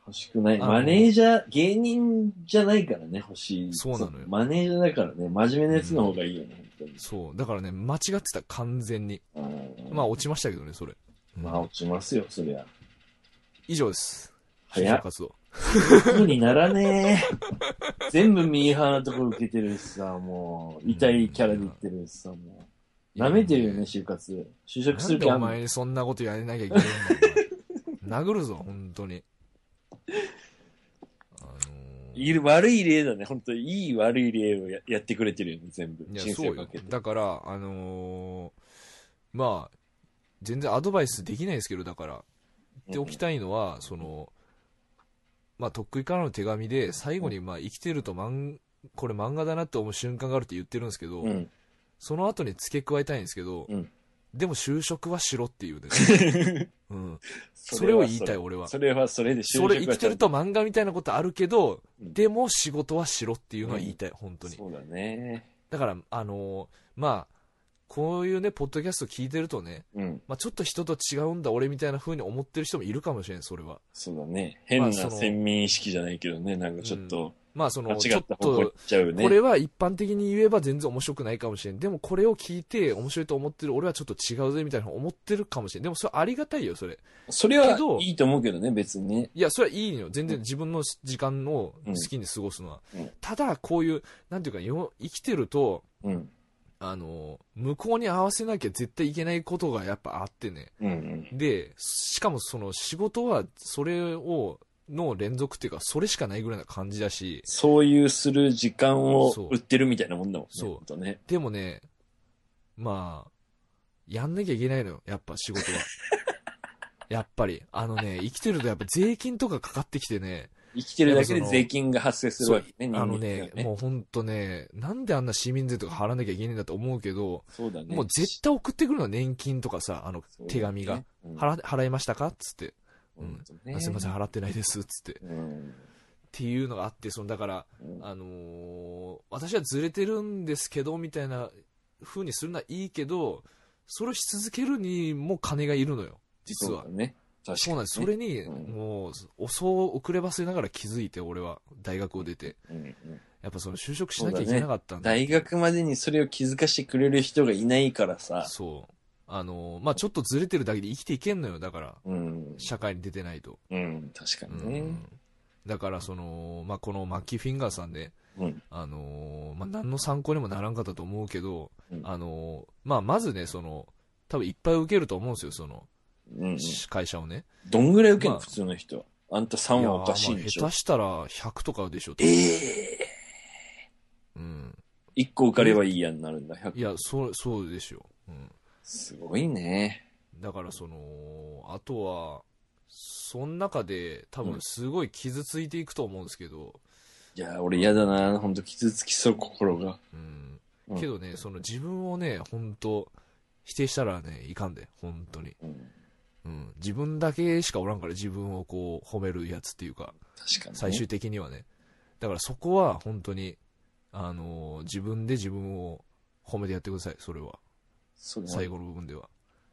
欲しくない。
あの
マネージャー、芸人じゃないからね、欲しい。
そうなのよ
マネージャーだからね、真面目なやつの方がいいよね、
そう。だからね、間違ってた、完全に。
本当に。
まあ、落ちましたけどね、それ。
あまあ、落ちますよ、そりゃ。
以上です。
早っ
就職活動。
苦にならねえ。 (laughs) 全部ミーハーなところ受けてるしさ、もう、痛いキャラで言ってるしさ、もう。舐めてるよね、就活。就職す
なん
る
で
気あ
お
んの
前にそんなことやれなきゃいけないんだよ。殴るぞ、本当に。あのー
いる悪い例だね、本当にいい悪い例をややってくれてるよね、全部。
いや
人
そ
生
う
か
よ
けて。
だからあのーまあ全然アドバイスできないですけどだから言っておきたいのは、そのまあとっくりからの手紙で最後に、まあ、生きてるとマンこれ漫画だなって思う瞬間があるって言ってるんですけど、
うん。
その後に付け加えたいんですけど、
うん
でも就職はしろっていうね、
(laughs)
うん、
そ
それを言いたい俺は
それはそれで就
それ生きてると漫画みたいなことあるけど、
うん
でも仕事はしろっていうのは言いたい、本当に
そうだね。
だから、あのーまあ、こういうね、ポッドキャスト聞いてるとね、
うん。
まあ、ちょっと人と違うんだ、俺みたいな風に思ってる人もいるかもしれん、それは。
そうだね。変
ま
な
あその
先民意識じゃないけどね、なんかちょっと
まあ、そ
間
の、
違
ちょっ
った方向行っ
と、
ちゃうね。
これは一般的に言えば全然面白くないかもしれん。でも、これを聞いて面白いと思ってる、俺はちょっと違うぜ、みたいな風に思ってるかもしれん。でも、それありがたいよ、それ。
それ
けど
はいいと思うけどね、別にね。
いや、それはいいよ。全
う
然
ん
自分の時間を好きに過ごすのは。
うん
ただ、こういう、なんていうか、よ生きてると、
うん。
あのー、向こうに合わせなきゃ絶対いけないことがやっぱあってね。
うんうん。
で、しかもその仕事はそれを、の連続っていうか、それしかないぐらいな感じだし、
そういうする時間を
そう
売ってるみたいなもんだもんね。
そう
ほんとね。
でもね、まあ、やんなきゃいけないのよ、やっぱ仕事
(laughs)
は。やっぱり、あのね、生きてるとやっぱ税金とかかかってきてね、
生きてるだけ
やっ
で
ぱその
税金が発生するわけね、人
あ
間
の
って
ね、
ね。
もうほんとね、なんであんな市民税とか払わなきゃいけないんだと思うけど、
そうだね。
もう絶対送ってくるのは年金とかさ、あの、手紙が。払、払いましたかっつって、
そうだね。うん
あすいません、。
ほと
払
ね
ってないです、っつって。っ
うん。
ていうのがあって、その、だから、
うん
あのー私はずれてるんですけどみたいな風にするのはいいけどそれをし続けるにも金がいるのよ実は
そうだね。確かにね。
そうなんですそれに、
うん
もう遅遅ればせながら気づいて俺は大学を出て
うんうん
やっぱその就職しなきゃいけなかったんだ
大学までにそれを気づかしてくれる人がいないからさ。
そうあのーまあちょっとずれてるだけで生きていけんのよだから
うん。
社会に出てないと、
うん、確か
う
にね。
んだからその、まあ、このマッキーフィンガーさんで、
うん。
あのーまあ、何の参考にもならんかったと思うけど、
うん
あのーまあ、まずねその多分いっぱい受けると思うんですよその、
うんうん。
会社をね
どんぐらい受けんの、
まあ
普通の人は。あんた3
いやー
は
ま
お
あ
かしいんでし
下
ょ
手。したら100とかでしょ
ええ
うん、
一1個受かればいいやんなるんだ、100。
いやそうそうでしょ、うん、
すごいね。
だからそのあとはその中で多分すごい傷ついていくと思うんですけど、
いや、俺嫌だな。ほんと傷つきそう、心が。
うん
うん
けどねその自分をね本当否定したらねいかんで本当に、
うん。
うん、自分だけしかおらんから自分をこう褒めるやつっていうか
確かに、ね。
最終的にはねだからそこは本当にあのー自分で自分を褒めてやってくださいそれは
そうだね
最後の部分では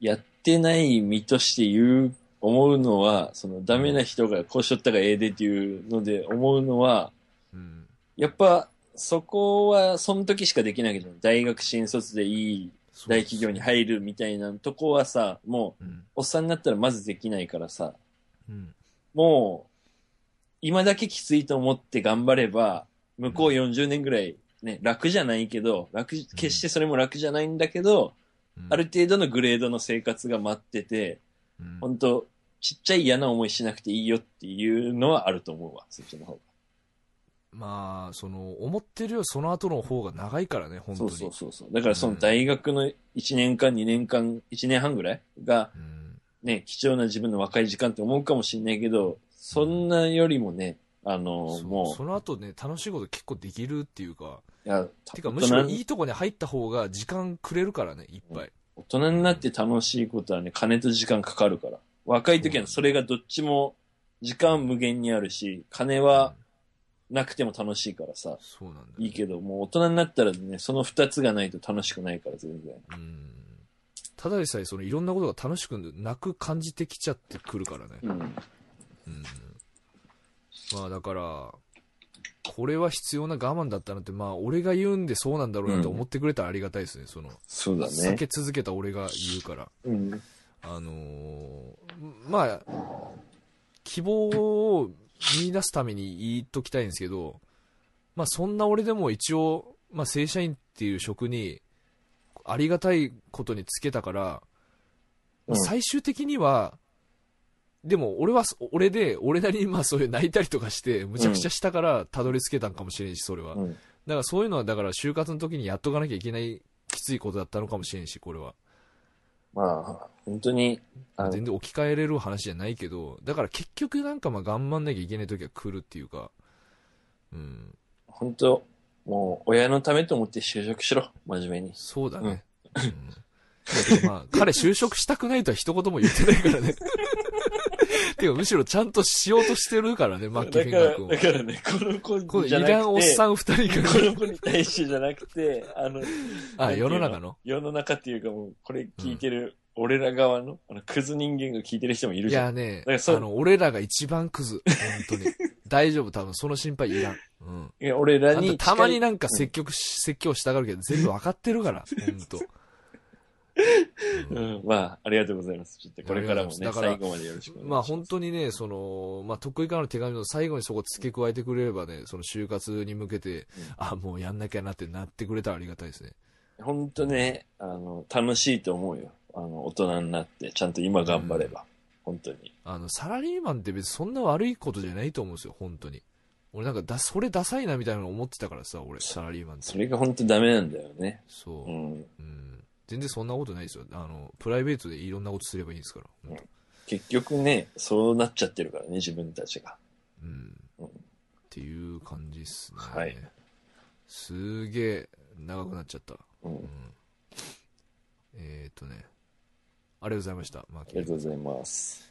やってない身として言う、思うのは、そのダメな人がこうしとったがええでっていうので思うのは、
うん
やっぱ、そこは、その時しかできないけど、大学新卒でいい
そう
大企業に入るみたいなとこはさ、もう、
うん
おっさんになったらまずできないからさ、
うん
もう、今だけきついと思って頑張れば、向こう40年ぐらい、ね、楽じゃないけど、楽、決してそれも楽じゃないんだけど、
うん
ある程度のグレードの生活が待ってて、
うん
本当ちっちゃい嫌な思いしなくていいよっていうのはあると思うわ、そっちの方が。
まあその思ってるよりその後の方が長いからね本当に
そうそうそうそう。だからその大学の1年間、2年間、1年半ぐらいが、
うん
ね、貴重な自分の若い時間って思うかもしれないけど、そんなよりもね、あの、
そ
も
その後ね、楽しいこと結構できるっていうか、
う、いや、
てか
大
むしろ
人
いいとこに入った方が時間くれるからね、いっぱい。
大人になって楽しいことはね、金と時間かかるから。若い時はそれがどっちも時間無限にあるし、金はなくても楽しいからさ、
そうなんだよね
いいけど、もう大人になったらね、その二つがないと楽しくないから、全然。
うんただでさえそのいろんなことが楽しくなく感じてきちゃってくるからね、
うん。
うんまあだからこれは必要な我慢だったなってまあ俺が言うんでそうなんだろうなって思ってくれたらありがたいですね、その
そうだ
避
ね。
け続けた俺が言うから
うん。
あのーまあ希望を見出すために言っときたいんですけどまあそんな俺でも一応、まあ、正社員っていう職にありがたいことにつけたから、
うん
最終的にはでも俺はそ俺で俺なりにまあそういう泣いたりとかしてむちゃくちゃしたからたどり着けたんかもしれんしそれは、
う
だ
ん。
からそういうのはだから就活の時にやっとかなきゃいけないきついことだったのかもしれんしこれは
まあ、本当に、あの
全然置き換えれる話じゃないけどだから結局なんかまあ頑張んなきゃいけない時は来るっていうかうん
本当、もう、親のためと思って就職しろ、真面目に。
そうだね、うんだけどま
(laughs)
あ彼就職したくないとは一言も言ってないからねてかむしろちゃんとしようとしてるからねマッキーフィンガー君は
だからだからね、この
こ
子
のイ
じゃなくて、
ランおっさん二人
こ
が
の子に対してじゃなくて、あの、
あ世の中の
世の中っていうかもう、これ聞いてる、俺ら側の、あの、クズ人間が聞いてる人もいる
い
じゃ
や
ん。
ね
から
あ
そう
の俺らが一番クズ本当に大丈夫多分その心配いらん、うん
いや俺ら
あん
に
たたまに
な、
なんか説教し、説教したがるけど、全部わかってる
(laughs)
から、ほんと。
う
うん
ん、まあ、ありがとうございます。ちょっとこれからもね、
ありがとうございますだから
最後までよろしくお願いします。
まあ本当にね、その、まあ得意からの手紙の最後にそこ付け加えてくれればね、その就活に向けて、あ、もうやんなきゃなってなってくれたらありがたいですね。
本当ね、あの、楽しいと思うよ。あの、大人になって、ちゃんと今頑張れば。本当に。
あの、サラリーマンって別にそんな悪いことじゃないと思うんですよ、本当に。俺なんかだ、それダサいなみたいなの思ってたからさ、俺、サラリーマンって。
それが本当ダメなんだよね。
そうう。
ん。
うん。全然そんなことないですよ。あの、プライベートでいろんなことすればいいんですから。ほんと
結局ね、そうなっちゃってるからね、自分たちが。
うん
うん
っていう感じっすね。
はい
すげえ長くなっちゃった。
うん。
うん、えーっ、とね、ありがとうございました。マー
あ
キ
り
ー
がとうございます。